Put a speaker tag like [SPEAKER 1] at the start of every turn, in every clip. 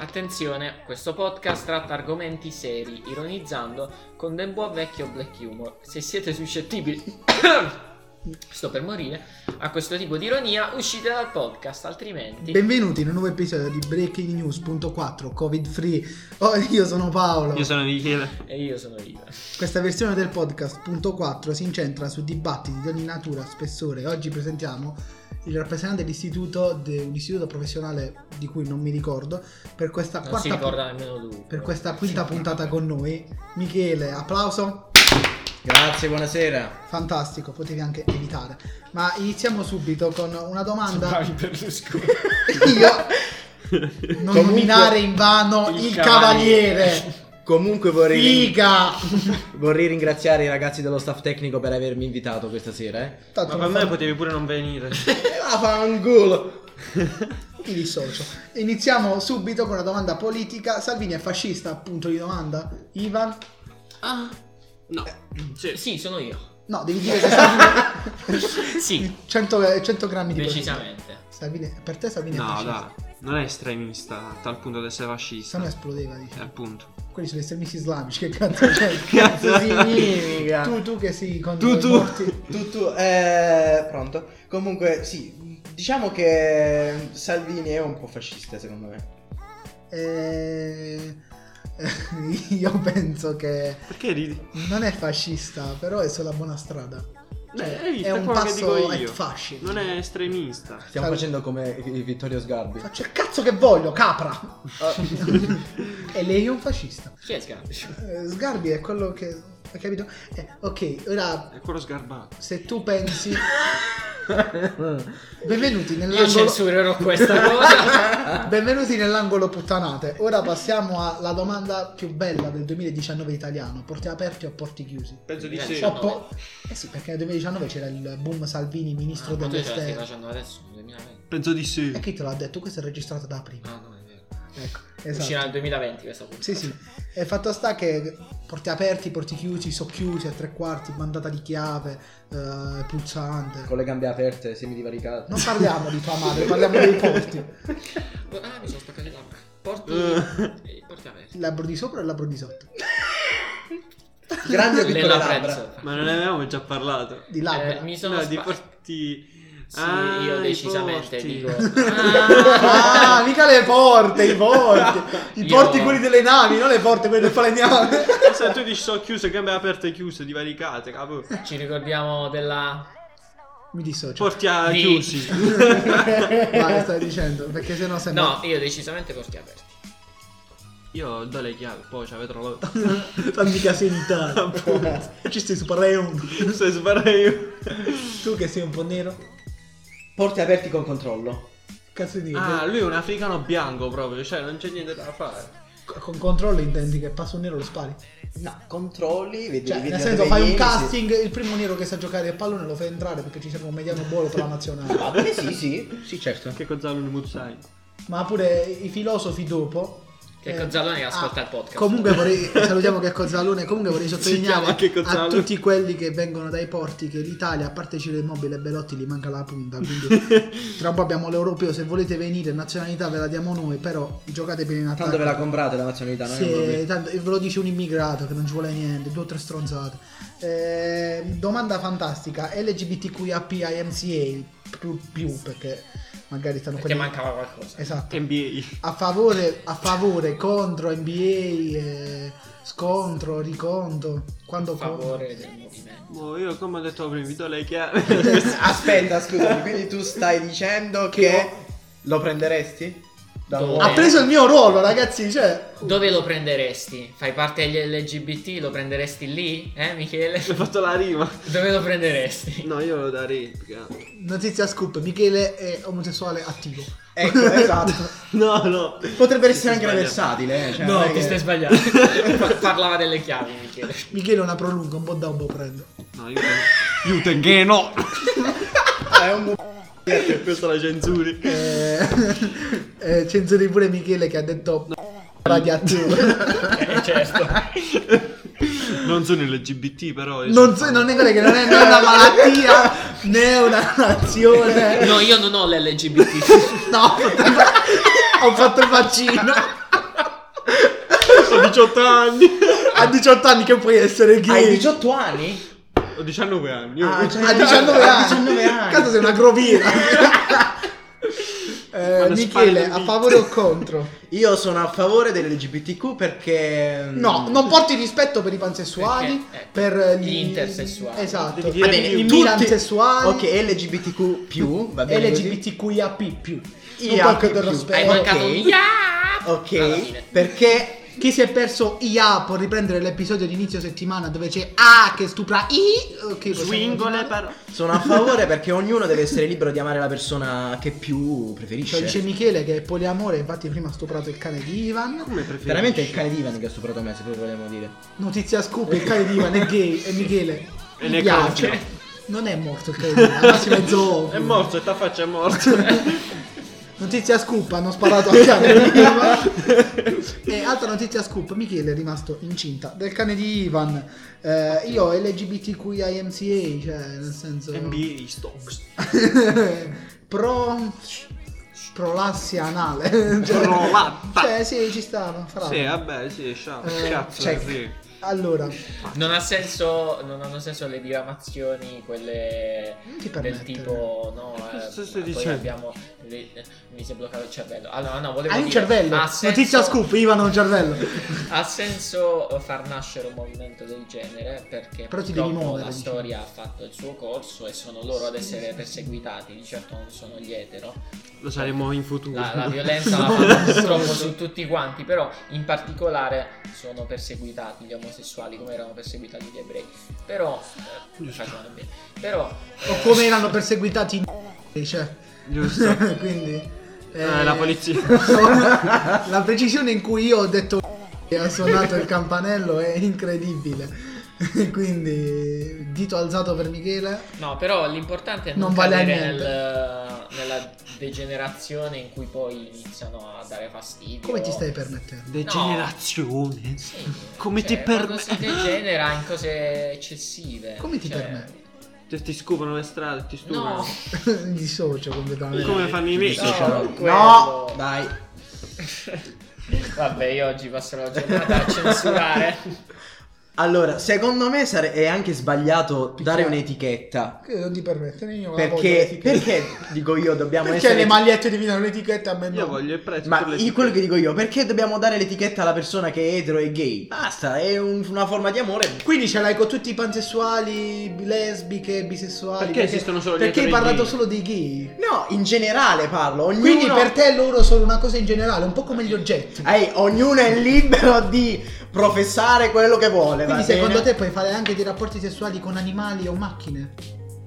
[SPEAKER 1] Attenzione, questo podcast tratta argomenti seri, ironizzando con del buon vecchio black humor. Se siete suscettibili, sto per morire, a questo tipo di ironia, uscite dal podcast, altrimenti...
[SPEAKER 2] Benvenuti in un nuovo episodio di Breaking News.4 Covid Free. Oh, io sono Paolo.
[SPEAKER 3] Io sono Michele.
[SPEAKER 1] E io sono Rita.
[SPEAKER 2] Questa versione del podcast punto 4 si incentra su dibattiti di ogni natura, spessore. Oggi presentiamo il rappresentante dell'istituto, de- un istituto professionale di cui non mi ricordo, per questa,
[SPEAKER 1] Non si
[SPEAKER 2] quarta,
[SPEAKER 1] ricorda nemmeno tu.
[SPEAKER 2] per questa quinta puntata con noi. Michele, applauso.
[SPEAKER 4] Grazie, buonasera.
[SPEAKER 2] Fantastico, potevi anche evitare. Ma iniziamo subito con una domanda.
[SPEAKER 1] Vai Berlusconi.
[SPEAKER 2] Io non
[SPEAKER 4] Comunque-
[SPEAKER 2] nominare in vano il,
[SPEAKER 1] Il
[SPEAKER 2] cavaliere.
[SPEAKER 4] Comunque vorrei,
[SPEAKER 2] Figa!
[SPEAKER 4] vorrei ringraziare i ragazzi dello staff tecnico per avermi invitato questa sera. Eh.
[SPEAKER 2] Tanto
[SPEAKER 3] Ma
[SPEAKER 2] non
[SPEAKER 3] per me
[SPEAKER 2] fa-
[SPEAKER 3] potevi pure non venire.
[SPEAKER 4] Ah, fanculo.
[SPEAKER 2] Mi dissocio. Iniziamo subito con una domanda politica. Salvini è fascista? Punto di domanda. Ivan?
[SPEAKER 1] Ah,
[SPEAKER 3] No. Sì.
[SPEAKER 1] sì, sono io.
[SPEAKER 2] No, devi dire che Salvini...
[SPEAKER 1] Sì,
[SPEAKER 2] 100, 100 grammi di
[SPEAKER 1] decisamente.
[SPEAKER 2] così. Salvini, per te Salvini è
[SPEAKER 3] No,
[SPEAKER 2] fascista?
[SPEAKER 3] dai. Non è estremista a tal punto da essere
[SPEAKER 2] Se
[SPEAKER 3] fascista.
[SPEAKER 2] no esplodeva, dici.
[SPEAKER 3] Eh, appunto.
[SPEAKER 2] Quelli sono estremisti islamici, che cazzo c'è? Che cazzo
[SPEAKER 4] significa?
[SPEAKER 2] Tu, tu che sei contro
[SPEAKER 4] Tu,
[SPEAKER 2] i
[SPEAKER 4] tu.
[SPEAKER 2] morti.
[SPEAKER 4] Tu, tu, eh, pronto. Comunque, sì, diciamo che Salvini è un po' fascista, secondo me.
[SPEAKER 2] Eh, Io penso che
[SPEAKER 3] Perché ridi?
[SPEAKER 2] non è fascista, però è sulla buona strada. Cioè,
[SPEAKER 3] Eh, hai visto?
[SPEAKER 2] è
[SPEAKER 3] È
[SPEAKER 2] un
[SPEAKER 3] quello che
[SPEAKER 2] passo
[SPEAKER 3] dico
[SPEAKER 2] at
[SPEAKER 3] io.
[SPEAKER 2] fasci.
[SPEAKER 3] Non è estremista.
[SPEAKER 4] Stiamo
[SPEAKER 2] Sal-
[SPEAKER 4] facendo come i- i Vittorio Sgarbi.
[SPEAKER 2] Faccio il cazzo che voglio, capra!
[SPEAKER 4] Ah,
[SPEAKER 2] E lei è un fascista.
[SPEAKER 1] Chi è Sgarbi?
[SPEAKER 2] Eh, Sgarbi è quello che... Hai capito? Eh, ok, ora
[SPEAKER 3] È quello sgarbato.
[SPEAKER 2] se tu pensi... Benvenuti
[SPEAKER 1] Io
[SPEAKER 2] nell'angolo...
[SPEAKER 1] censurerò questa cosa.
[SPEAKER 2] Benvenuti nell'angolo puttanate. Ora passiamo alla domanda più bella del 2019 italiano. Porti aperti o porti chiusi?
[SPEAKER 3] Penso di
[SPEAKER 1] sì.
[SPEAKER 2] O po- eh sì, perché nel 2019 c'era il boom Salvini, ministro
[SPEAKER 1] Ah, ma tu ce la stai
[SPEAKER 2] dell'esterno.
[SPEAKER 1] facendo adesso, nel 2020.
[SPEAKER 3] Penso di sì.
[SPEAKER 2] E chi te l'ha detto? Questo è registrato da prima.
[SPEAKER 1] Ah, no, è vero.
[SPEAKER 2] Ecco,
[SPEAKER 1] Uscirà
[SPEAKER 2] esatto.
[SPEAKER 1] nel 2020 questa puntata.
[SPEAKER 2] Sì, sì. E fatto sta che porti aperti, porti chiusi, socchiusi a tre quarti, mandata di chiave, eh, pulsante.
[SPEAKER 4] Con le gambe aperte, semidivaricate.
[SPEAKER 2] Non parliamo di tua madre, parliamo dei porti.
[SPEAKER 1] Ah, mi sono spaccato le labbra. Porti, eh, porti aperti.
[SPEAKER 2] Il labbro di sopra e il labbro di sotto.
[SPEAKER 4] Grande o
[SPEAKER 1] Le
[SPEAKER 4] piccole
[SPEAKER 1] labbra
[SPEAKER 4] labbra?
[SPEAKER 1] insomma.
[SPEAKER 3] Ma non ne avevamo già parlato.
[SPEAKER 2] Di
[SPEAKER 1] Eh,
[SPEAKER 2] labbra.
[SPEAKER 1] mi sono
[SPEAKER 3] No, di
[SPEAKER 1] spa-
[SPEAKER 3] porti.
[SPEAKER 1] Sì,
[SPEAKER 3] Ah,
[SPEAKER 1] io
[SPEAKER 3] i
[SPEAKER 1] decisamente
[SPEAKER 3] porti.
[SPEAKER 1] dico.
[SPEAKER 2] Ah, mica le porte, i porti. I
[SPEAKER 1] Io-
[SPEAKER 2] porti quelli delle navi, non le porte quelle delle falegname.
[SPEAKER 3] Se tu dici sono chiuse, gambe aperte e chiuse, divaricate, capo.
[SPEAKER 1] Ah, ci ricordiamo della.
[SPEAKER 2] Mi dissocio.
[SPEAKER 3] Porti a
[SPEAKER 1] Di-
[SPEAKER 3] chiusi.
[SPEAKER 2] Vai, stai dicendo, perché sennò sembra...
[SPEAKER 1] No, io decisamente porti aperti.
[SPEAKER 3] Io do le chiavi, poi ci avete la
[SPEAKER 2] Fammi casino in Italia. Ci stai superando.
[SPEAKER 3] Se sbarrei io.
[SPEAKER 2] Tu che sei un po' nero.
[SPEAKER 4] Porte aperti con controllo.
[SPEAKER 2] Cazzo di
[SPEAKER 3] Ah, lui è un africano bianco proprio, cioè non c'è niente da fare.
[SPEAKER 2] Con controllo intendi che passa un nero lo spari.
[SPEAKER 4] No, controlli, vedi,
[SPEAKER 2] Cioè,
[SPEAKER 4] vedi
[SPEAKER 2] nel
[SPEAKER 4] da
[SPEAKER 2] senso,
[SPEAKER 4] dove
[SPEAKER 2] fai un
[SPEAKER 4] vieni, se-
[SPEAKER 2] casting, il primo nero che sa giocare a pallone lo fai entrare perché ci serve un mediano buono per la nazionale.
[SPEAKER 4] Ah, beh, sì, sì, sì, certo.
[SPEAKER 3] Che Gonzalo ne muzzai.
[SPEAKER 2] Ma pure i filosofi dopo.
[SPEAKER 1] Che
[SPEAKER 2] eh,
[SPEAKER 1] Cozzalone ascolta
[SPEAKER 2] ah,
[SPEAKER 1] il podcast.
[SPEAKER 2] Comunque vorrei salutiamo Checco Zalone, comunque vorrei
[SPEAKER 3] chiama
[SPEAKER 2] sottolineare
[SPEAKER 3] Checco
[SPEAKER 2] a
[SPEAKER 3] Zalone.
[SPEAKER 2] tutti quelli che vengono dai porti che l'Italia, a parte Ciro Immobile e Belotti, gli manca la punta, quindi tra un po' abbiamo l'europeo, se volete venire nazionalità ve la diamo noi, però giocate bene in attacco.
[SPEAKER 4] Tanto ve la comprate la nazionalità,
[SPEAKER 1] eh,
[SPEAKER 4] non è un
[SPEAKER 2] Se,
[SPEAKER 4] problema.
[SPEAKER 2] tanto, ve lo dice un immigrato che non ci vuole niente, due o tre stronzate. Eh, domanda fantastica, LGBTQIAPIMCA più, più perché magari stanno
[SPEAKER 1] Perché
[SPEAKER 2] quelli-
[SPEAKER 1] mancava qualcosa.
[SPEAKER 2] Esatto
[SPEAKER 3] NBA.
[SPEAKER 2] a favore, a favore, contro NBA, eh, scontro, riconto, quando
[SPEAKER 1] A
[SPEAKER 2] contro.
[SPEAKER 1] favore del movimento.
[SPEAKER 3] Boh, io come ho detto prima, vi do le chiavi.
[SPEAKER 4] Aspetta, scusami, quindi tu stai dicendo che, lo prenderesti? Da un
[SPEAKER 1] Dove?
[SPEAKER 2] Ha
[SPEAKER 4] uomo?
[SPEAKER 2] preso il mio ruolo, ragazzi, cioè...
[SPEAKER 1] Dove lo prenderesti? Fai parte degli LGBT? Lo prenderesti lì? Eh, Michele?
[SPEAKER 3] Ho fatto la rima.
[SPEAKER 1] Dove lo prenderesti?
[SPEAKER 3] No, io lo darei. più che altro.
[SPEAKER 2] Notizia scoop, Michele è omosessuale attivo.
[SPEAKER 4] Ecco, esatto.
[SPEAKER 3] No, no.
[SPEAKER 4] Potrebbe essere anche
[SPEAKER 3] Sbagliato.
[SPEAKER 4] versatile, eh. Cioè, non
[SPEAKER 1] no,
[SPEAKER 4] è
[SPEAKER 1] ti
[SPEAKER 4] che-
[SPEAKER 1] stai sbagliando. Pa- Parlava delle chiavi, Michele.
[SPEAKER 2] Michele è una prolunga, un po' da un po' prendo.
[SPEAKER 3] No, io. Io te che no.
[SPEAKER 4] È un
[SPEAKER 3] Perché questa la censuri.
[SPEAKER 2] Eh, eh, censuri pure Michele che ha detto... Radioattivo.
[SPEAKER 1] Eh, certo.
[SPEAKER 3] Non sono LGBT, però. io
[SPEAKER 2] Non,
[SPEAKER 3] sono-
[SPEAKER 2] so, non è vero che non è né una malattia né una nazione.
[SPEAKER 1] No, io non ho l'LGBT.
[SPEAKER 2] No, ho fatto il vaccino.
[SPEAKER 3] 18 anni.
[SPEAKER 2] A 18 anni che puoi essere gay.
[SPEAKER 4] Hai 18 anni?
[SPEAKER 3] Ho 19 anni.
[SPEAKER 4] Ah,
[SPEAKER 3] io.
[SPEAKER 4] cioè-
[SPEAKER 2] a 19
[SPEAKER 4] A
[SPEAKER 2] anni.
[SPEAKER 4] 19 anni.
[SPEAKER 2] Cazzo sei una grovina. Eh,
[SPEAKER 3] Una
[SPEAKER 2] Michele,
[SPEAKER 3] spalla
[SPEAKER 2] a
[SPEAKER 3] di-
[SPEAKER 2] favore o contro?
[SPEAKER 4] Io sono a favore dell'LGBTQ perché... mm,
[SPEAKER 2] No, non porti rispetto per i pansessuali,
[SPEAKER 1] Perché, eh,
[SPEAKER 2] per
[SPEAKER 1] gli intersessuali.
[SPEAKER 2] Esatto.
[SPEAKER 3] Devi dire-
[SPEAKER 4] Va bene,
[SPEAKER 3] Tutti-
[SPEAKER 4] i transessuali.
[SPEAKER 2] transessuali.
[SPEAKER 4] Ok, LGBTQ+, va bene così?
[SPEAKER 2] LGBTQIA+. Un
[SPEAKER 4] IA+.
[SPEAKER 2] po' dello
[SPEAKER 1] Hai
[SPEAKER 4] Eh,
[SPEAKER 2] spero.
[SPEAKER 1] mancato
[SPEAKER 4] ok.
[SPEAKER 1] un yeah! Alla fine.
[SPEAKER 4] Ok, perché
[SPEAKER 2] Chi si è perso IA può riprendere l'episodio di inizio settimana dove c'è A che stupra I. ok, possiamo
[SPEAKER 3] Swingole
[SPEAKER 2] continuare?
[SPEAKER 3] però.
[SPEAKER 4] sono a favore perché ognuno deve essere libero di amare la persona che più
[SPEAKER 2] Cioè,
[SPEAKER 4] preferisce.
[SPEAKER 2] dice Michele che è poliamore, infatti prima ha stuprato il cane di Ivan.
[SPEAKER 3] Come preferisci?
[SPEAKER 4] Veramente è il cane di Ivan che ha stuprato me, se poi vogliamo dire.
[SPEAKER 2] Notizia scoop, il cane di Ivan è gay e Michele
[SPEAKER 3] E
[SPEAKER 2] mi
[SPEAKER 3] ne
[SPEAKER 2] piace.
[SPEAKER 3] cambia.
[SPEAKER 2] Non è morto il cane di Ivan, al massimo è zoofilo.
[SPEAKER 3] È morto, e ta faccia è morto.
[SPEAKER 2] Notizia scoop, hanno sparato al cane di Ivan. e altra notizia scoop, Michele è rimasto incinta del cane di Ivan. Eh, io LGBTQIMCA, cioè nel senso...
[SPEAKER 3] NBA stocks.
[SPEAKER 2] Pro... Prolassia anale.
[SPEAKER 3] Prolatta.
[SPEAKER 2] Cioè sì, ci stava. farà.
[SPEAKER 3] Sì, vabbè, sì, sciamo.
[SPEAKER 2] Eh,
[SPEAKER 3] Cazzo,
[SPEAKER 2] check.
[SPEAKER 3] sì.
[SPEAKER 2] Allora,
[SPEAKER 1] Non ha senso, non hanno senso le diramazioni, quelle
[SPEAKER 2] Non ti
[SPEAKER 1] del
[SPEAKER 2] permettere.
[SPEAKER 1] tipo, no, eh,
[SPEAKER 3] Cosa
[SPEAKER 1] poi
[SPEAKER 3] stai dicendo?
[SPEAKER 1] abbiamo, le- mi si è bloccato il cervello. Allora, no, volevo
[SPEAKER 2] hai un
[SPEAKER 1] dire,
[SPEAKER 2] cervello.
[SPEAKER 1] ha senso-
[SPEAKER 2] Notizia scoop, Ivan ha un cervello.
[SPEAKER 1] Ha senso far nascere un movimento del genere perché
[SPEAKER 2] Però ti
[SPEAKER 1] purtroppo
[SPEAKER 2] devi muovere,
[SPEAKER 1] la
[SPEAKER 2] diciamo.
[SPEAKER 1] storia ha fatto il suo corso e sono loro ad essere perseguitati, di certo non sono gli etero.
[SPEAKER 3] Lo saremo in futuro.
[SPEAKER 1] La, la violenza la fanno purtroppo su tutti quanti, però in particolare sono perseguitati gli omosessuali come erano perseguitati gli ebrei. Però eh, facevano bene. Però
[SPEAKER 2] o
[SPEAKER 1] eh,
[SPEAKER 2] come erano perseguitati in cioè.
[SPEAKER 3] Giusto.
[SPEAKER 2] quindi
[SPEAKER 3] Eh, la polizia.
[SPEAKER 2] la precisione in cui io ho detto e ha suonato il campanello è incredibile quindi dito alzato per Michele
[SPEAKER 1] No, però l'importante è non,
[SPEAKER 2] Non vale a
[SPEAKER 1] cadere
[SPEAKER 2] niente.
[SPEAKER 1] nel- nella degenerazione in cui poi iniziano a dare fastidio.
[SPEAKER 2] come ti stai permettendo
[SPEAKER 3] Degenerazione.
[SPEAKER 1] Sì,
[SPEAKER 3] Come
[SPEAKER 1] cioè,
[SPEAKER 3] ti
[SPEAKER 1] quando
[SPEAKER 3] permetti?
[SPEAKER 1] si degenera in cose eccessive.
[SPEAKER 2] come ti
[SPEAKER 1] cioè-
[SPEAKER 2] permetti
[SPEAKER 3] Cioè, ti scopano le strade, ti stuprano.
[SPEAKER 1] No,
[SPEAKER 2] dissocio completamente
[SPEAKER 3] Come fanno i
[SPEAKER 4] Sì,
[SPEAKER 1] No,
[SPEAKER 3] miei?
[SPEAKER 4] cioè,
[SPEAKER 1] non quello.
[SPEAKER 4] no, dai.
[SPEAKER 1] vabbè, io oggi passo la giornata a censurare.
[SPEAKER 2] Eh,
[SPEAKER 4] Allora, secondo me sare- è anche sbagliato
[SPEAKER 2] Picchiare.
[SPEAKER 4] dare un'etichetta.
[SPEAKER 2] Che non ti permettere io non la voglio
[SPEAKER 4] Perché,
[SPEAKER 2] l'etichetta.
[SPEAKER 4] perché dico io, dobbiamo
[SPEAKER 2] Perché
[SPEAKER 4] essere...
[SPEAKER 2] le magliette divinano l'etichetta a me no
[SPEAKER 3] Io voglio il prezzo.
[SPEAKER 4] Ma
[SPEAKER 3] per le
[SPEAKER 4] io- quello che dico io, perché dobbiamo dare l'etichetta alla persona che è etero e gay? Basta, è un- una forma di amore.
[SPEAKER 2] Quindi ce l'hai con tutti i pansessuali, bi- lesbiche, bisessuali.
[SPEAKER 3] Perché esistono solo gli
[SPEAKER 2] Perché hai
[SPEAKER 3] etero e
[SPEAKER 2] parlato
[SPEAKER 3] gay?
[SPEAKER 2] solo dei gay.
[SPEAKER 4] No, in generale parlo, ognuno...
[SPEAKER 2] Quindi per te loro sono una cosa in generale, un po' come gli oggetti.
[SPEAKER 4] Ehi, ognuno è libero di professare quello che vuole.
[SPEAKER 2] Quindi
[SPEAKER 4] va bene?
[SPEAKER 2] secondo te puoi fare anche dei rapporti sessuali con animali o macchine?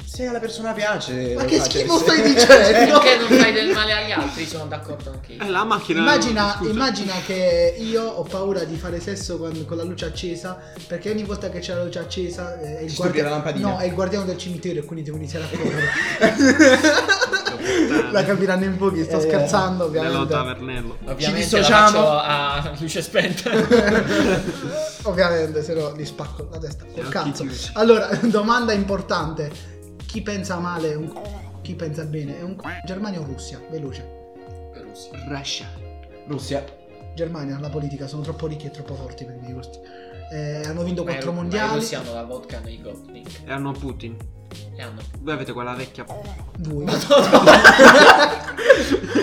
[SPEAKER 4] Se alla persona piace.
[SPEAKER 2] Ma
[SPEAKER 4] Eh, lo
[SPEAKER 2] che
[SPEAKER 4] faccia,
[SPEAKER 2] schifo
[SPEAKER 4] se-
[SPEAKER 2] stai dicendo?
[SPEAKER 1] Perché non fai del male agli altri, sono d'accordo anche
[SPEAKER 3] Eh,
[SPEAKER 1] io.
[SPEAKER 3] la macchina.
[SPEAKER 2] Immagina,
[SPEAKER 3] scusa.
[SPEAKER 2] immagina che io ho paura di fare sesso con, con la luce accesa perché ogni volta che c'è la luce accesa eh, è il,
[SPEAKER 4] Ci stupire la lampadina.
[SPEAKER 2] no, è il guardiano del cimitero e quindi devo iniziare a correre. la capiranno in pochi, sto
[SPEAKER 4] Eh,
[SPEAKER 2] scherzando
[SPEAKER 3] Nello
[SPEAKER 2] ovviamente.
[SPEAKER 3] tavernello.
[SPEAKER 1] Ovviamente la
[SPEAKER 4] dissociamo.
[SPEAKER 1] faccio a luce spenta.
[SPEAKER 2] Ovviamente, se no gli spacco la testa col
[SPEAKER 3] occhi
[SPEAKER 2] cazzo.
[SPEAKER 3] chiusi.
[SPEAKER 2] Allora, domanda importante. Chi pensa male è un c***o, chi pensa bene è un c***o. Germania o Russia? Veloce.
[SPEAKER 1] Russia.
[SPEAKER 3] Russia.
[SPEAKER 4] Russia.
[SPEAKER 2] Germania, la politica, sono troppo ricchi e troppo forti per i miei gusti. Eh, hanno vinto
[SPEAKER 1] Ma i-
[SPEAKER 2] quattro
[SPEAKER 1] ma i
[SPEAKER 2] mondiali.
[SPEAKER 1] russi hanno la vodka nei Gopnik.
[SPEAKER 3] E Eh, hanno Putin.
[SPEAKER 1] E hanno
[SPEAKER 3] Voi avete quella vecchia.
[SPEAKER 2] Voi.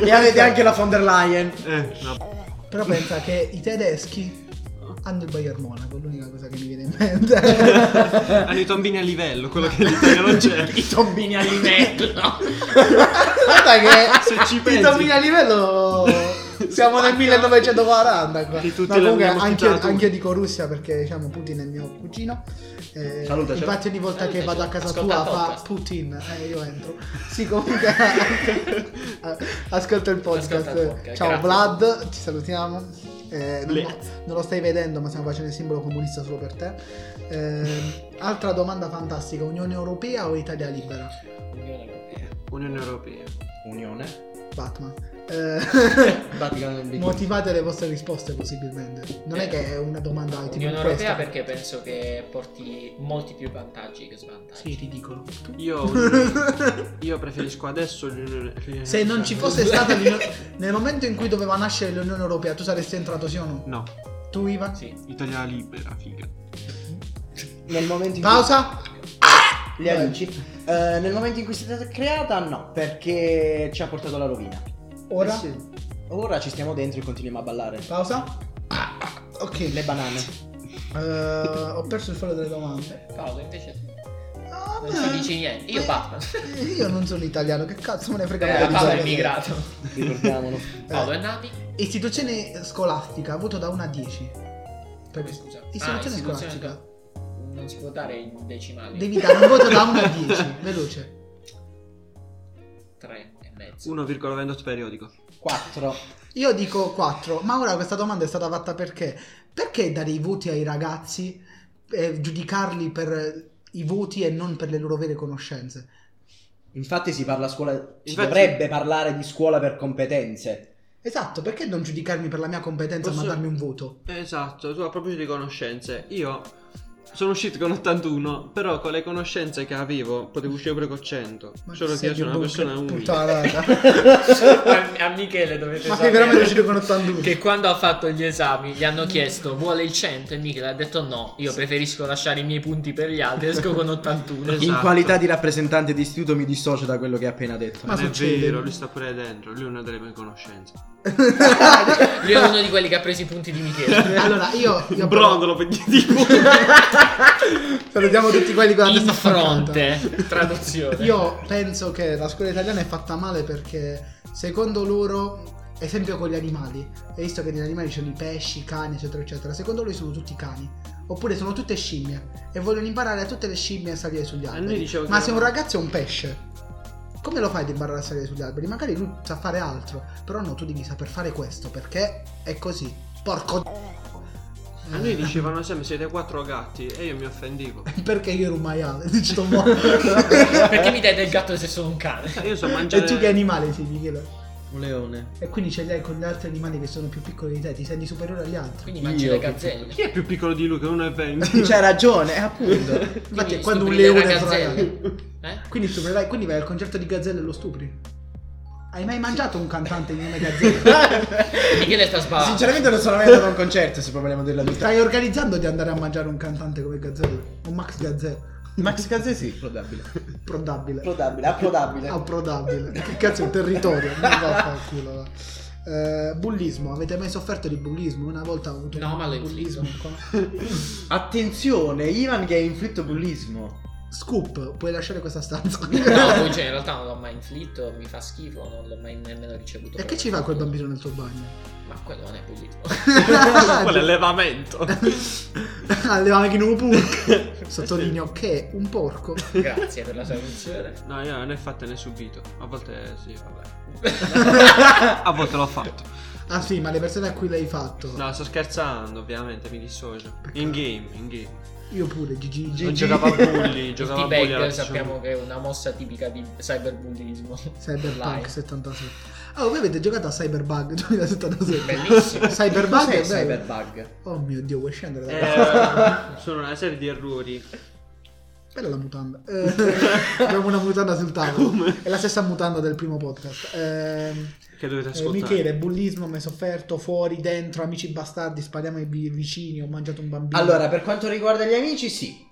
[SPEAKER 4] E avete anche la von der Leyen.
[SPEAKER 3] Eh, no.
[SPEAKER 2] Però pensa che i tedeschi hanno il Bayern Monaco, l'unica cosa che mi viene in mente.
[SPEAKER 3] Hanno i tombini a livello, quello che l'Italia non c'è.
[SPEAKER 4] I tombini a
[SPEAKER 1] livello.
[SPEAKER 2] Guarda che
[SPEAKER 3] Se ci
[SPEAKER 2] i
[SPEAKER 3] pensi.
[SPEAKER 2] tombini a livello siamo nel 1940 qua.
[SPEAKER 3] Di tutti
[SPEAKER 2] No, comunque
[SPEAKER 3] l'abbiamo
[SPEAKER 2] anche,
[SPEAKER 3] citato.
[SPEAKER 2] anche io dico Russia perché diciamo Putin è mio cugino. Eh,
[SPEAKER 4] Salutacelo.
[SPEAKER 2] infatti ogni volta che vado a casa
[SPEAKER 1] Ascolta
[SPEAKER 2] tua
[SPEAKER 1] il
[SPEAKER 2] fa
[SPEAKER 1] podcast.
[SPEAKER 2] Putin e io entro. Sì, comunque eh, ascolta il podcast.
[SPEAKER 1] Ascolta il podcast,
[SPEAKER 2] Ciao
[SPEAKER 1] grazie.
[SPEAKER 2] Vlad, ti salutiamo. Eh, non,
[SPEAKER 3] Le-
[SPEAKER 2] non lo stai vedendo, ma stiamo facendo il simbolo comunista solo per te. Eh, altra domanda fantastica: Unione Europea o Italia libera?
[SPEAKER 1] Unione Europea.
[SPEAKER 3] Unione Europea.
[SPEAKER 4] Unione.
[SPEAKER 2] Batman. Eh,
[SPEAKER 4] Vaticano del
[SPEAKER 2] motivate le vostre risposte possibilmente. Non è che è una domanda tipo
[SPEAKER 1] Unione
[SPEAKER 2] questa.
[SPEAKER 1] Europea perché penso che porti molti più vantaggi che svantaggi.
[SPEAKER 2] Sì, ridicolo.
[SPEAKER 3] Io, un- io preferisco adesso l'Unione
[SPEAKER 2] Se non ci fosse stata l'Unione nel momento in cui doveva nascere l'Unione Europea, tu saresti entrato sì o no?
[SPEAKER 3] No.
[SPEAKER 2] Tu Iva?
[SPEAKER 1] Sì.
[SPEAKER 3] Italia libera, figa.
[SPEAKER 4] Nel momento in
[SPEAKER 2] Pausa?
[SPEAKER 4] cui... Gli amici. Eh, nel momento in cui è stata creata, no, perché ci ha portato alla rovina.
[SPEAKER 2] Ora?
[SPEAKER 4] Eh sì. Ora ci stiamo dentro e continuiamo a ballare.
[SPEAKER 2] Pausa? Ah, Ok,
[SPEAKER 4] Le banane.
[SPEAKER 2] eh, ho perso il filo delle domande.
[SPEAKER 1] Paolo invece
[SPEAKER 2] Ah,
[SPEAKER 1] non
[SPEAKER 2] beh.
[SPEAKER 1] si dice niente. Io
[SPEAKER 2] Eh,
[SPEAKER 1] Batman.
[SPEAKER 2] Io non sono italiano, che cazzo me ne frega
[SPEAKER 1] Eh,
[SPEAKER 2] me di
[SPEAKER 1] Paolo è
[SPEAKER 2] sapere.
[SPEAKER 1] immigrato.
[SPEAKER 4] Ricordiamolo.
[SPEAKER 1] Paolo
[SPEAKER 2] Eh.
[SPEAKER 1] è Nami.
[SPEAKER 2] Istituzione scolastica, voto da 1 a 10.
[SPEAKER 1] Come scusa? Ah,
[SPEAKER 2] Istituzione
[SPEAKER 1] istituzione
[SPEAKER 2] scolastica.
[SPEAKER 1] scolastica. Non si può dare in decimali.
[SPEAKER 2] Devi dare un voto da 1 a 10, veloce.
[SPEAKER 1] 3 e mezzo.
[SPEAKER 3] 1,28 periodico.
[SPEAKER 4] 4.
[SPEAKER 2] Io dico 4, ma ora questa domanda è stata fatta perché? Perché dare i voti ai ragazzi e giudicarli per i voti e non per le loro vere conoscenze?
[SPEAKER 4] Infatti si parla a scuola... Si
[SPEAKER 3] Infatti-
[SPEAKER 4] dovrebbe parlare di scuola per competenze.
[SPEAKER 2] Esatto, perché non giudicarmi per la mia competenza ma
[SPEAKER 3] Posso-
[SPEAKER 2] darmi un voto?
[SPEAKER 3] Esatto, tu a proposito di conoscenze, io sono uscito con 81, però con le conoscenze che avevo potevo uscire pure con 100.
[SPEAKER 2] Ma
[SPEAKER 3] Solo che
[SPEAKER 2] sei
[SPEAKER 3] io sono una
[SPEAKER 2] un
[SPEAKER 3] persona
[SPEAKER 2] bu-
[SPEAKER 3] umile.
[SPEAKER 2] puttanata.
[SPEAKER 1] a, a Michele dovete
[SPEAKER 2] ma sei
[SPEAKER 1] sapere
[SPEAKER 2] veramente uscito con 81?
[SPEAKER 1] che quando ha fatto gli esami gli hanno chiesto vuole il 100 e Michele ha detto no, io preferisco lasciare i miei punti per gli altri, esco con 81.
[SPEAKER 3] Esatto.
[SPEAKER 4] In qualità di rappresentante di istituto mi dissocio da quello che hai appena detto.
[SPEAKER 2] Ma
[SPEAKER 3] non è
[SPEAKER 2] succede.
[SPEAKER 3] vero, lui sta pure dentro, lui è una delle mie conoscenze.
[SPEAKER 1] Lui è uno di quelli che ha preso i punti di Michele.
[SPEAKER 2] Eh, Allora, io, io
[SPEAKER 3] Un brondolo per gli dico.
[SPEAKER 2] salutiamo tutti quelli con la
[SPEAKER 1] In
[SPEAKER 2] testa spaccata.
[SPEAKER 1] fronte, traduzione.
[SPEAKER 2] Io penso che la scuola italiana è fatta male perché secondo loro, esempio con gli animali, hai visto che negli animali c'erano i pesci, i cani, eccetera, eccetera. Secondo loro sono tutti cani. Oppure sono tutte scimmie e vogliono imparare a tutte le scimmie a salire sugli
[SPEAKER 3] A noi
[SPEAKER 2] alberi.
[SPEAKER 3] dicevo Ah, che
[SPEAKER 2] Ma
[SPEAKER 3] era-
[SPEAKER 2] se un ragazzo è un pesce, come lo fai ad imparare a salire sugli alberi? Magari lui sa fare altro, però no, tu devi saper fare questo perché è così. Porco
[SPEAKER 3] A noi dicevano sempre siete quattro gatti e io mi offendivo.
[SPEAKER 2] perché io ero un maiale, dici tu mo.
[SPEAKER 1] Perché mi dai del gatto se sono un cane?
[SPEAKER 3] Eh, Io so mangiare
[SPEAKER 2] E tu che animale sei, Michele?
[SPEAKER 4] Un leone.
[SPEAKER 2] E quindi ce li hai con gli altri animali che sono più piccoli di te, ti senti superiore agli altri.
[SPEAKER 1] Quindi mangi
[SPEAKER 4] Io,
[SPEAKER 1] le
[SPEAKER 4] che
[SPEAKER 1] gazzelle.
[SPEAKER 3] Chi è più piccolo di lui che uno è 20?
[SPEAKER 2] Cioè-
[SPEAKER 4] C'hai ragione, eh, appunto.
[SPEAKER 2] Infatti,
[SPEAKER 1] Quindi
[SPEAKER 2] quando un
[SPEAKER 1] stupri le
[SPEAKER 2] leone
[SPEAKER 1] ragazzelle.
[SPEAKER 2] fra-
[SPEAKER 1] Eh?
[SPEAKER 2] Quindi stuprerai, quindi vai al concerto di Gazzelle e lo stupri. Hai mai mangiato un cantante di nome Gazzelle?
[SPEAKER 1] Eh? Michele sta
[SPEAKER 4] Ah.
[SPEAKER 1] sbagliando.
[SPEAKER 4] Sinceramente non sono mai andato a un concerto, se proviamo a dire la verità.
[SPEAKER 2] Stai organizzando di andare a mangiare un cantante come Gazzelle? Un Max Gazzelle?
[SPEAKER 4] Max Gazzè sì, probabile.
[SPEAKER 2] Prodabile.
[SPEAKER 4] Probabile, approdabile.
[SPEAKER 2] Ah, prodabile. Che cazzo è un territorio? Non vaffanculo, va. Eh, bullismo, avete mai sofferto di bullismo? Una volta ho avuto
[SPEAKER 1] No,
[SPEAKER 2] un
[SPEAKER 1] ma lo
[SPEAKER 2] bullismo qua.
[SPEAKER 4] Attenzione, Ivan che ha inflitto bullismo.
[SPEAKER 2] Scoop, puoi lasciare questa stanza.
[SPEAKER 1] No, poi, cioè, in realtà non l'ho mai inflitto, mi fa schifo, non l'ho mai nemmeno ricevuto.
[SPEAKER 2] E
[SPEAKER 1] per-
[SPEAKER 2] che ci fa quel bambino nel tuo bagno?
[SPEAKER 1] Ma quello non è pulito.
[SPEAKER 3] Quello è allevamento.
[SPEAKER 2] Allora, anche nuovo punk. Sottolineo che un porco.
[SPEAKER 1] Grazie per la traduzione.
[SPEAKER 3] No, io non è fatta né subito. A volte sì, vabbè. A volte l'ho fatto.
[SPEAKER 2] Ah sì, ma le persone a cui l'hai fatto.
[SPEAKER 3] No, sto scherzando, ovviamente, mi dissocio. In game, in game.
[SPEAKER 2] Io pure, Gigi.
[SPEAKER 3] Non
[SPEAKER 2] Gigi.
[SPEAKER 3] giocavo a bulli,
[SPEAKER 1] Il
[SPEAKER 3] giocavo a bulli
[SPEAKER 1] T-Bag
[SPEAKER 3] alla Lazio.
[SPEAKER 1] sappiamo che è una mossa tipica di cyberbullismo.
[SPEAKER 2] Cyberpunk
[SPEAKER 1] Online.
[SPEAKER 2] 76. Ah, voi avete giocato a Cyberbug 2077.
[SPEAKER 1] Bellissimo.
[SPEAKER 2] Cyberbug
[SPEAKER 4] Cos'è
[SPEAKER 2] è
[SPEAKER 4] il
[SPEAKER 2] bello.
[SPEAKER 4] cyberbug?
[SPEAKER 2] Oh mio dio, vuoi scendere da
[SPEAKER 3] Eh, sono una serie di errori.
[SPEAKER 2] Bella la mutanda. Eh, abbiamo una mutanda sul tavolo. È la stessa mutanda del primo podcast. Ehm,
[SPEAKER 3] Che dovete
[SPEAKER 2] eh,
[SPEAKER 3] ascoltare.
[SPEAKER 2] Michele, bullismo, mi hai sofferto fuori, dentro, amici bastardi, spariamo ai vi- vicini, ho mangiato un bambino.
[SPEAKER 4] Allora, per quanto riguarda gli amici, sì.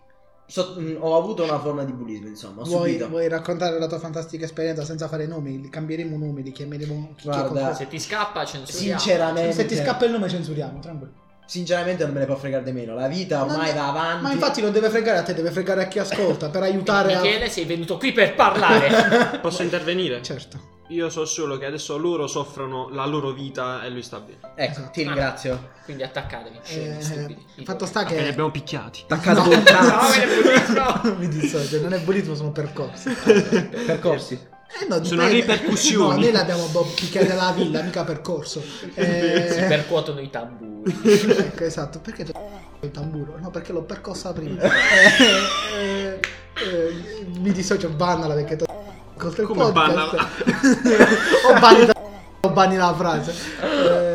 [SPEAKER 4] So- mh, ho avuto una forma di bullismo, insomma, ho
[SPEAKER 2] Vuoi,
[SPEAKER 4] subito.
[SPEAKER 2] vuoi raccontare la tua fantastica esperienza senza fare nomi? Li Cambieremo nomi, li chiameremo chi- chi
[SPEAKER 4] Guarda,
[SPEAKER 2] confessa.
[SPEAKER 1] Se ti scappa censuriamo.
[SPEAKER 4] Sinceramente,
[SPEAKER 2] Se ti scappa il nome censuriamo, tranquillo.
[SPEAKER 4] sinceramente non me ne può fregare di meno. La vita
[SPEAKER 2] Non-
[SPEAKER 4] ormai va avanti.
[SPEAKER 2] Ma infatti non deve fregare a te, deve fregare a chi ascolta per aiutare a...
[SPEAKER 1] Michele, sei venuto qui per parlare.
[SPEAKER 3] Posso intervenire?
[SPEAKER 2] Certo.
[SPEAKER 3] Io so solo che adesso loro soffrono la loro vita e lui sta bene.
[SPEAKER 4] Ecco,
[SPEAKER 2] Esatto.
[SPEAKER 4] ti ringrazio.
[SPEAKER 1] Quindi attaccatevi. scemi,
[SPEAKER 2] Eh,
[SPEAKER 1] stupidi. Ah,
[SPEAKER 2] fatto sta
[SPEAKER 1] Eh.
[SPEAKER 3] E li
[SPEAKER 2] che...
[SPEAKER 3] abbiamo picchiati.
[SPEAKER 4] Attaccato
[SPEAKER 2] No.
[SPEAKER 4] con
[SPEAKER 1] No,
[SPEAKER 4] un cazzo.
[SPEAKER 1] me ne pulisco.
[SPEAKER 2] Mi dissocio, non è bullismo, sono percorsi.
[SPEAKER 4] Percorsi.
[SPEAKER 2] Eh no,
[SPEAKER 3] Sono
[SPEAKER 2] dipende.
[SPEAKER 3] ripercussioni.
[SPEAKER 2] No, noi l'abbiamo boh, picchiata alla villa, mica percorso. Eh,
[SPEAKER 1] Si percuotono i tamburi.
[SPEAKER 2] ecco, esatto. Perché tu il tamburo? No, perché l'ho percossa prima. Eh, eh, eh, mi dissocio, bannala perché tu ascolta il
[SPEAKER 3] Come
[SPEAKER 2] podcast.
[SPEAKER 3] bannala?
[SPEAKER 2] o banni, o banni la frase. Eh,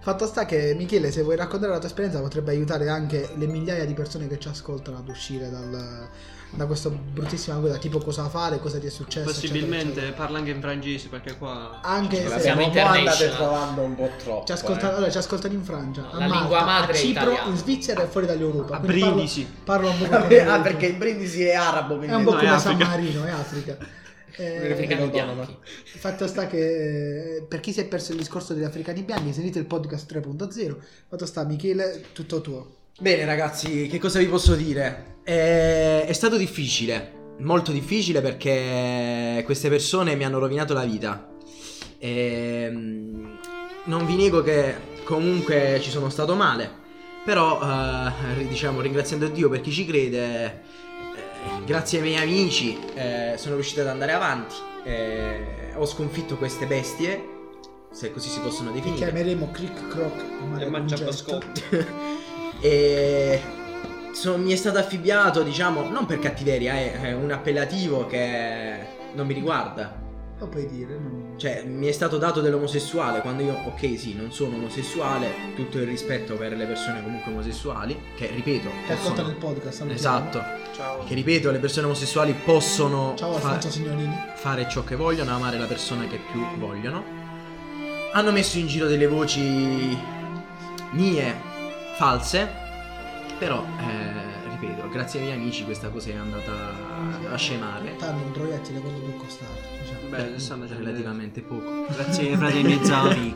[SPEAKER 2] Fatto sta che Michele, se vuoi raccontare la tua esperienza, potrebbe aiutare anche le migliaia di persone che ci ascoltano ad uscire dal- da questa bruttissima cosa, tipo cosa fare, cosa ti è successo. eccetera,
[SPEAKER 3] Possibilmente
[SPEAKER 2] eccetera.
[SPEAKER 3] parla anche in francese perché qua...
[SPEAKER 2] Anche
[SPEAKER 1] Vabbè,
[SPEAKER 2] se
[SPEAKER 5] Siamo
[SPEAKER 1] siamo international.
[SPEAKER 5] andate trovando un po' troppo.
[SPEAKER 2] ci ascoltano,
[SPEAKER 3] Eh.
[SPEAKER 2] allora, ci ascoltano in Francia,
[SPEAKER 1] La
[SPEAKER 2] a Malta,
[SPEAKER 1] lingua madre
[SPEAKER 2] a
[SPEAKER 1] è
[SPEAKER 2] Cipro,
[SPEAKER 1] italiana.
[SPEAKER 2] in Svizzera e fuori dall'Europa.
[SPEAKER 3] A
[SPEAKER 2] Quindi parlo-
[SPEAKER 3] Brindisi.
[SPEAKER 2] Parlo, un po'
[SPEAKER 5] eh.
[SPEAKER 2] come-
[SPEAKER 5] ah, perché il Brindisi è arabo, quindi
[SPEAKER 2] è un po'
[SPEAKER 3] No, è
[SPEAKER 2] come San
[SPEAKER 3] Africa.
[SPEAKER 2] Marino, è Africa.
[SPEAKER 5] Gli
[SPEAKER 2] Eh,
[SPEAKER 1] Africani
[SPEAKER 5] non dono,
[SPEAKER 1] bianchi.
[SPEAKER 2] Il fatto sta che eh, per chi si è perso il discorso degli africani bianchi, sentite il podcast 3.0. Fatto sta, Michele, tutto tuo.
[SPEAKER 5] Bene ragazzi, che cosa vi posso dire?
[SPEAKER 4] Eh, È, stato difficile, molto difficile perché queste persone mi hanno rovinato la vita. Ehm, non vi nego che comunque ci sono stato male, però eh, ri- diciamo ringraziando Dio per chi ci crede, eh, grazie ai miei amici eh, sono riuscito ad andare avanti. Eh, ho sconfitto queste bestie, se così si possono
[SPEAKER 2] Che
[SPEAKER 4] definire.
[SPEAKER 2] chiameremo Crick Croc certo.
[SPEAKER 3] E
[SPEAKER 2] Maria
[SPEAKER 3] mangia
[SPEAKER 2] Concetta.
[SPEAKER 3] bascotti.
[SPEAKER 4] e so- mi è stato affibbiato, diciamo, non per cattiveria, è, è un appellativo che non mi riguarda.
[SPEAKER 2] Lo puoi dire, non-
[SPEAKER 4] Cioè, mi è stato dato dell'omosessuale quando io, ok, sì, non sono omosessuale, tutto il rispetto per le persone comunque omosessuali, che ripeto,
[SPEAKER 2] Che
[SPEAKER 1] Esatto.
[SPEAKER 2] ascolta nel
[SPEAKER 4] possono...
[SPEAKER 2] podcast. salutiamo.
[SPEAKER 4] Esatto,
[SPEAKER 5] Ciao.
[SPEAKER 4] che ripeto, le persone omosessuali possono
[SPEAKER 2] Ciao
[SPEAKER 4] fa-
[SPEAKER 2] Alfonso Signorini.
[SPEAKER 4] fare ciò che vogliono, amare la persona che più vogliono. Hanno messo in giro delle voci mie, false, però, eh, ripeto, grazie ai miei amici questa cosa è andata a scemare.
[SPEAKER 2] Tanto un proiettile quanto può costare. Diciamo.
[SPEAKER 3] Beh, Alessandro, te ne-
[SPEAKER 4] Relativamente poco.
[SPEAKER 3] Eh, Grazie, frate miei zavi.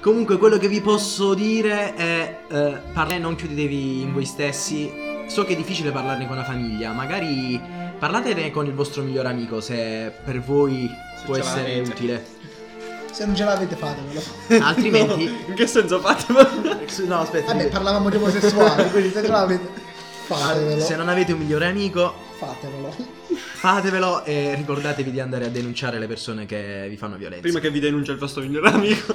[SPEAKER 4] Comunque, quello che vi posso dire è: eh, parla- non chiudetevi in voi stessi. So che è difficile parlarne con la famiglia, magari parlatene con il vostro miglior amico se per voi
[SPEAKER 3] Se
[SPEAKER 4] può
[SPEAKER 3] ce
[SPEAKER 4] essere
[SPEAKER 3] l'avete.
[SPEAKER 4] utile.
[SPEAKER 2] Se non ce l'avete fatemelo.
[SPEAKER 4] Altrimenti,
[SPEAKER 3] In che senso fatelo?
[SPEAKER 4] Su- No, aspetta.
[SPEAKER 2] Vabbè,
[SPEAKER 4] io-
[SPEAKER 2] parlavamo di omosessuali, quindi se ce l'avete
[SPEAKER 4] Al-
[SPEAKER 2] fatemelo.
[SPEAKER 4] Se non avete un migliore amico,
[SPEAKER 2] Fatemelo.
[SPEAKER 4] fatevelo e ricordatevi di andare a denunciare le persone che vi fanno violenza.
[SPEAKER 3] Prima che vi denuncia il vostro miglior amico.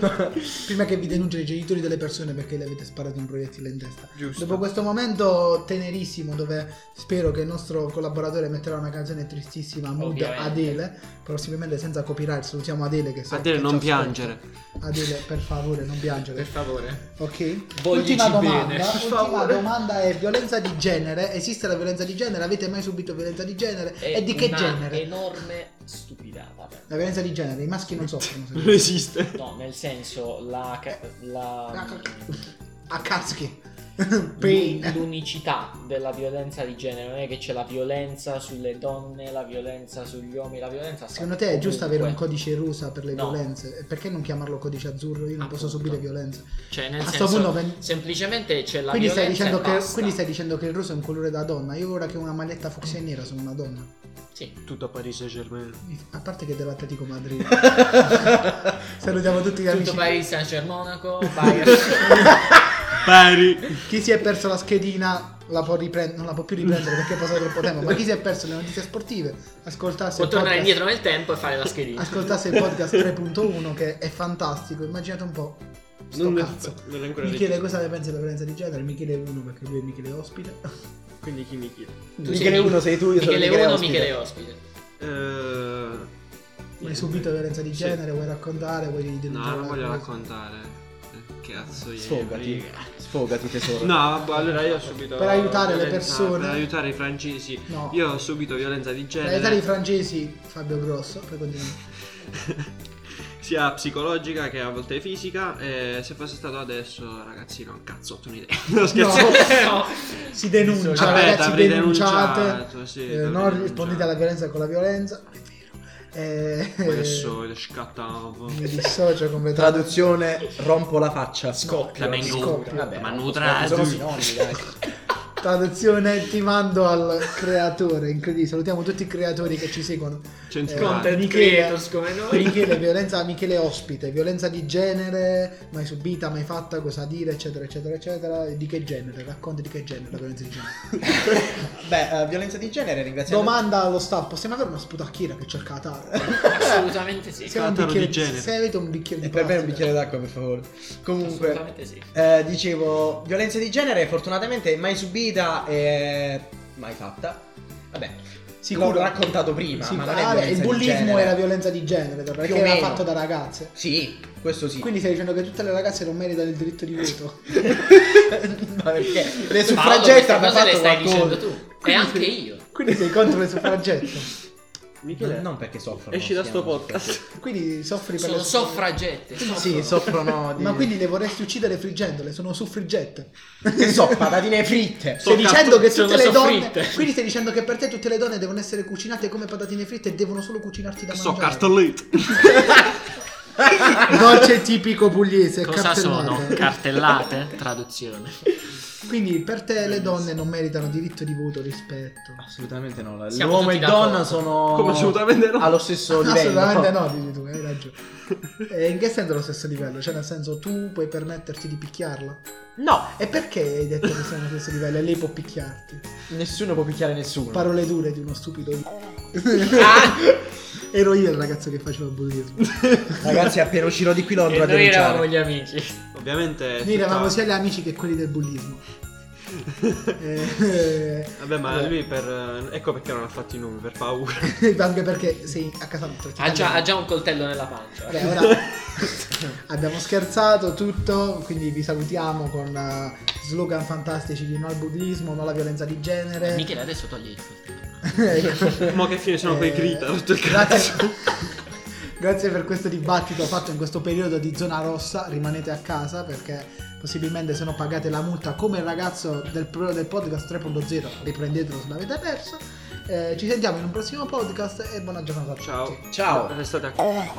[SPEAKER 2] Prima che vi denunciano i genitori delle persone perché le avete sparato un proiettile in testa.
[SPEAKER 3] Giusto.
[SPEAKER 2] Dopo questo momento tenerissimo dove spero che il nostro collaboratore metterà una canzone tristissima Mood
[SPEAKER 1] Ovviamente.
[SPEAKER 2] Adele, prossimamente senza copyright, salutiamo Adele che so
[SPEAKER 3] Adele,
[SPEAKER 2] che
[SPEAKER 3] non
[SPEAKER 2] ci ascolta.
[SPEAKER 3] piangere.
[SPEAKER 2] Adele, per favore, non piangere.
[SPEAKER 1] Per favore.
[SPEAKER 2] Ok?
[SPEAKER 1] Voglici
[SPEAKER 2] Ultima domanda,
[SPEAKER 1] bene, per
[SPEAKER 2] ultima
[SPEAKER 1] favore.
[SPEAKER 2] domanda è violenza di genere. Esiste la violenza di genere? Avete mai subito violenza di genere? e di che
[SPEAKER 1] una
[SPEAKER 2] genere?
[SPEAKER 1] Enorme stupidata.
[SPEAKER 2] La violenza di genere, i maschi non soffrono. se-
[SPEAKER 3] Non esiste.
[SPEAKER 1] No, nel senso, la. ca-
[SPEAKER 2] Ah,
[SPEAKER 1] la
[SPEAKER 2] A Eh, Katsuki.
[SPEAKER 1] l'u- l'unicità della violenza di genere non è che c'è la violenza sulle donne, la violenza sugli uomini, la violenza. sta
[SPEAKER 2] Secondo te è giusto avere
[SPEAKER 1] ovunque.
[SPEAKER 2] un codice rusa per le
[SPEAKER 1] No.
[SPEAKER 2] violenze? E Perché non chiamarlo codice azzurro? Io non posso
[SPEAKER 1] Appunto.
[SPEAKER 2] subire violenze.
[SPEAKER 1] Cioè, nel
[SPEAKER 2] A sto
[SPEAKER 1] senso,
[SPEAKER 2] punto ven-
[SPEAKER 1] semplicemente c'è la
[SPEAKER 2] Quindi stai,
[SPEAKER 1] violenza.
[SPEAKER 2] dicendo
[SPEAKER 1] e
[SPEAKER 2] che,
[SPEAKER 1] basta.
[SPEAKER 2] quindi stai dicendo che il rosso è un colore da donna. Io ora che ho una maglietta fucsia nera sono una donna.
[SPEAKER 1] Sì.
[SPEAKER 3] Tutto a Paris Saint Germain.
[SPEAKER 2] A parte che è dell'Atletico Madrid. Salutiamo tutti gli
[SPEAKER 1] Tutto
[SPEAKER 2] amici.
[SPEAKER 1] Paris Saint-Germain, Monaco, Bayern.
[SPEAKER 3] Pari.
[SPEAKER 2] Chi si è perso la schedina la può riprendere, non la può più riprendere perché è passato troppo tempo. Ma chi si è perso le notizie sportive, ascoltasse
[SPEAKER 1] Può
[SPEAKER 2] il
[SPEAKER 1] tornare
[SPEAKER 2] podcast- Ah,
[SPEAKER 1] indietro nel tempo e fare la schedina.
[SPEAKER 2] Ascoltasse il podcast 3.1 che è fantastico. Immaginate un po'. Sto
[SPEAKER 3] Non,
[SPEAKER 2] cazzo.
[SPEAKER 3] non è ancora
[SPEAKER 2] Michele
[SPEAKER 3] registrato.
[SPEAKER 2] cosa ne pensa della violenza di genere? Michele 1 perché lui è Michele ospite.
[SPEAKER 3] Quindi chi mi chiede?
[SPEAKER 1] Tu
[SPEAKER 5] Michele
[SPEAKER 1] sei-
[SPEAKER 5] 1 sei tu, io sono
[SPEAKER 1] Michele 1,
[SPEAKER 5] ospite.
[SPEAKER 1] Michele Ospite.
[SPEAKER 3] Eh,
[SPEAKER 2] Hai subito violenza di
[SPEAKER 3] Sì.
[SPEAKER 2] genere, vuoi raccontare, vuoi
[SPEAKER 3] No,
[SPEAKER 2] denunciare?
[SPEAKER 3] non voglio
[SPEAKER 2] qualcosa?
[SPEAKER 3] raccontare. Eh, Cazzo, io.
[SPEAKER 4] Sfogati. Sfogati, tesoro.
[SPEAKER 3] No, boh, allora io ho subito.
[SPEAKER 2] Per aiutare le
[SPEAKER 3] violenza-
[SPEAKER 2] persone.
[SPEAKER 3] Per aiutare i francesi.
[SPEAKER 2] No.
[SPEAKER 3] Io ho subito violenza di
[SPEAKER 2] Per
[SPEAKER 3] genere.
[SPEAKER 2] aiutare i francesi, Fabio Grosso, poi continuiamo.
[SPEAKER 3] sia psicologica che a volte fisica. E se fosse stato adesso, ragazzi, no, cazzotto un'idea. Non scherzo.
[SPEAKER 2] No,
[SPEAKER 1] No,
[SPEAKER 2] si denuncia,
[SPEAKER 3] Vabbè,
[SPEAKER 2] ragazzi,
[SPEAKER 3] t'avrei
[SPEAKER 2] denunciate.
[SPEAKER 3] denunciato, sì,
[SPEAKER 2] Eh,
[SPEAKER 3] t'avrei
[SPEAKER 2] non
[SPEAKER 3] denunciato.
[SPEAKER 2] rispondete alla violenza con la violenza. Eh,
[SPEAKER 3] Adesso le scattavo.
[SPEAKER 2] mi dissocio completamente.
[SPEAKER 4] Traduzione rompo la faccia. Scoppio.
[SPEAKER 1] La menu-
[SPEAKER 2] scoppio.
[SPEAKER 4] Vabbè,
[SPEAKER 3] Ma
[SPEAKER 4] no,
[SPEAKER 3] nutra-
[SPEAKER 4] sono sinonimi, dai.
[SPEAKER 2] Traduzione ti mando al creatore, incredibile. Salutiamo tutti i creatori che ci seguono.
[SPEAKER 3] Centrale.
[SPEAKER 1] Content
[SPEAKER 2] Michele-
[SPEAKER 1] creators come noi.
[SPEAKER 2] Michele, violenza, Michele ospite, violenza di genere, mai subita, mai fatta, cosa dire, eccetera, eccetera, eccetera. Di che genere? Racconta di che genere la violenza di genere.
[SPEAKER 5] Beh, eh, violenza di genere, ringraziamo.
[SPEAKER 2] Domanda allo staff, possiamo avere una sputacchiera che c'è il Qatar?
[SPEAKER 1] assolutamente sì.
[SPEAKER 2] Se avete un
[SPEAKER 3] Cataro di
[SPEAKER 2] bicchiere-
[SPEAKER 3] genere.
[SPEAKER 2] Se avete un bicchiere di
[SPEAKER 5] E per me un
[SPEAKER 2] plastica.
[SPEAKER 5] bicchiere d'acqua, per favore. Comunque,
[SPEAKER 1] Assolutamente sì.
[SPEAKER 5] eh, dicevo, violenza di genere fortunatamente mai subita e mai fatta. Vabbè.
[SPEAKER 4] Sicuro. L'ho raccontato prima,
[SPEAKER 2] Sì,
[SPEAKER 4] ma non è
[SPEAKER 6] Ah,
[SPEAKER 2] vabbè,
[SPEAKER 4] violenza
[SPEAKER 2] il
[SPEAKER 4] di
[SPEAKER 2] bullismo
[SPEAKER 4] genere.
[SPEAKER 2] era violenza di genere perché
[SPEAKER 4] Più o
[SPEAKER 2] era
[SPEAKER 4] meno.
[SPEAKER 2] fatto da ragazze.
[SPEAKER 4] Sì, questo sì.
[SPEAKER 2] Quindi stai dicendo che tutte le ragazze non meritano il diritto di voto.
[SPEAKER 4] ma perché?
[SPEAKER 2] Le
[SPEAKER 1] Paolo,
[SPEAKER 2] suffragette
[SPEAKER 1] questa
[SPEAKER 2] hanno
[SPEAKER 1] cosa le
[SPEAKER 2] fatto
[SPEAKER 1] stai
[SPEAKER 2] qualcosa.
[SPEAKER 1] dicendo tu. E anche io.
[SPEAKER 2] Quindi sei contro le suffragette.
[SPEAKER 3] Michele,
[SPEAKER 6] Non perché soffrono.
[SPEAKER 3] esci da
[SPEAKER 6] si
[SPEAKER 3] sto
[SPEAKER 6] chiamano
[SPEAKER 3] podcast.
[SPEAKER 2] Quindi soffri per
[SPEAKER 1] Sono
[SPEAKER 2] le
[SPEAKER 1] soffragette. soffro.
[SPEAKER 6] Sì, soffrono di...
[SPEAKER 2] Ma quindi le vorresti uccidere friggendole, sono suffrigette.
[SPEAKER 6] Che so, patatine fritte.
[SPEAKER 2] Stai
[SPEAKER 3] Sono
[SPEAKER 2] dicendo che tutte
[SPEAKER 1] sono
[SPEAKER 2] le donne.
[SPEAKER 1] soffritte.
[SPEAKER 2] Quindi stai dicendo che per te tutte le donne devono essere cucinate come patatine fritte e devono solo cucinarti da
[SPEAKER 3] So
[SPEAKER 2] mangiare.
[SPEAKER 3] cartolito.
[SPEAKER 2] Dolce tipico pugliese,
[SPEAKER 1] Cosa sono?
[SPEAKER 2] cartellate.
[SPEAKER 1] Cartellate? Traduzione.
[SPEAKER 2] Quindi per te le donne non meritano diritto di voto, rispetto.
[SPEAKER 6] Assolutamente no.
[SPEAKER 1] Siamo
[SPEAKER 6] L'uomo
[SPEAKER 1] tutti
[SPEAKER 6] e donna
[SPEAKER 1] d'accordo.
[SPEAKER 6] sono
[SPEAKER 3] Come assolutamente no.
[SPEAKER 6] allo stesso livello.
[SPEAKER 2] Assolutamente no, dici tu, hai ragione. E in che senso è lo stesso livello? Cioè, nel senso, tu puoi permetterti di picchiarla?
[SPEAKER 6] No,
[SPEAKER 2] E perché hai detto che siamo allo stesso livello e lei può picchiarti?
[SPEAKER 6] nessuno può picchiare nessuno.
[SPEAKER 2] Parole dure di uno stupido. Ero io il ragazzo che faceva bullismo.
[SPEAKER 6] Ragazzi, appena uscirò di qui lo andrò a
[SPEAKER 1] E Eh, noi
[SPEAKER 6] denunciare.
[SPEAKER 1] eravamo gli amici.
[SPEAKER 3] Ovviamente.
[SPEAKER 2] Noi eravamo
[SPEAKER 3] tutta-
[SPEAKER 2] sia gli amici che quelli del bullismo. Eh,
[SPEAKER 3] Vabbè, ma
[SPEAKER 2] Vabbè.
[SPEAKER 3] lui per. eh, Ecco perché non ha fatto i nomi, per paura.
[SPEAKER 2] anche perché sei a casa nostra.
[SPEAKER 1] Ha Ah, già, ha già un coltello nella pancia.
[SPEAKER 2] Vabbè, ora abbiamo scherzato tutto, quindi vi salutiamo con eh, slogan fantastici di no al bullismo, no alla violenza di genere.
[SPEAKER 1] Michele adesso togli il coltello.
[SPEAKER 2] Ecco.
[SPEAKER 3] Mo che fine sono quei
[SPEAKER 2] Eh,
[SPEAKER 3] grida tutto il
[SPEAKER 2] grazie,
[SPEAKER 3] cazzo.
[SPEAKER 2] grazie per questo dibattito fatto in questo periodo di zona rossa. Rimanete a casa perché possibilmente se no pagate la multa come il ragazzo del, pro- del podcast 3.0. Riprendetelo se l'avete perso. Eh, ci sentiamo in un prossimo podcast e buona giornata a tutti.
[SPEAKER 3] Ciao.
[SPEAKER 4] Ciao.
[SPEAKER 3] Restate a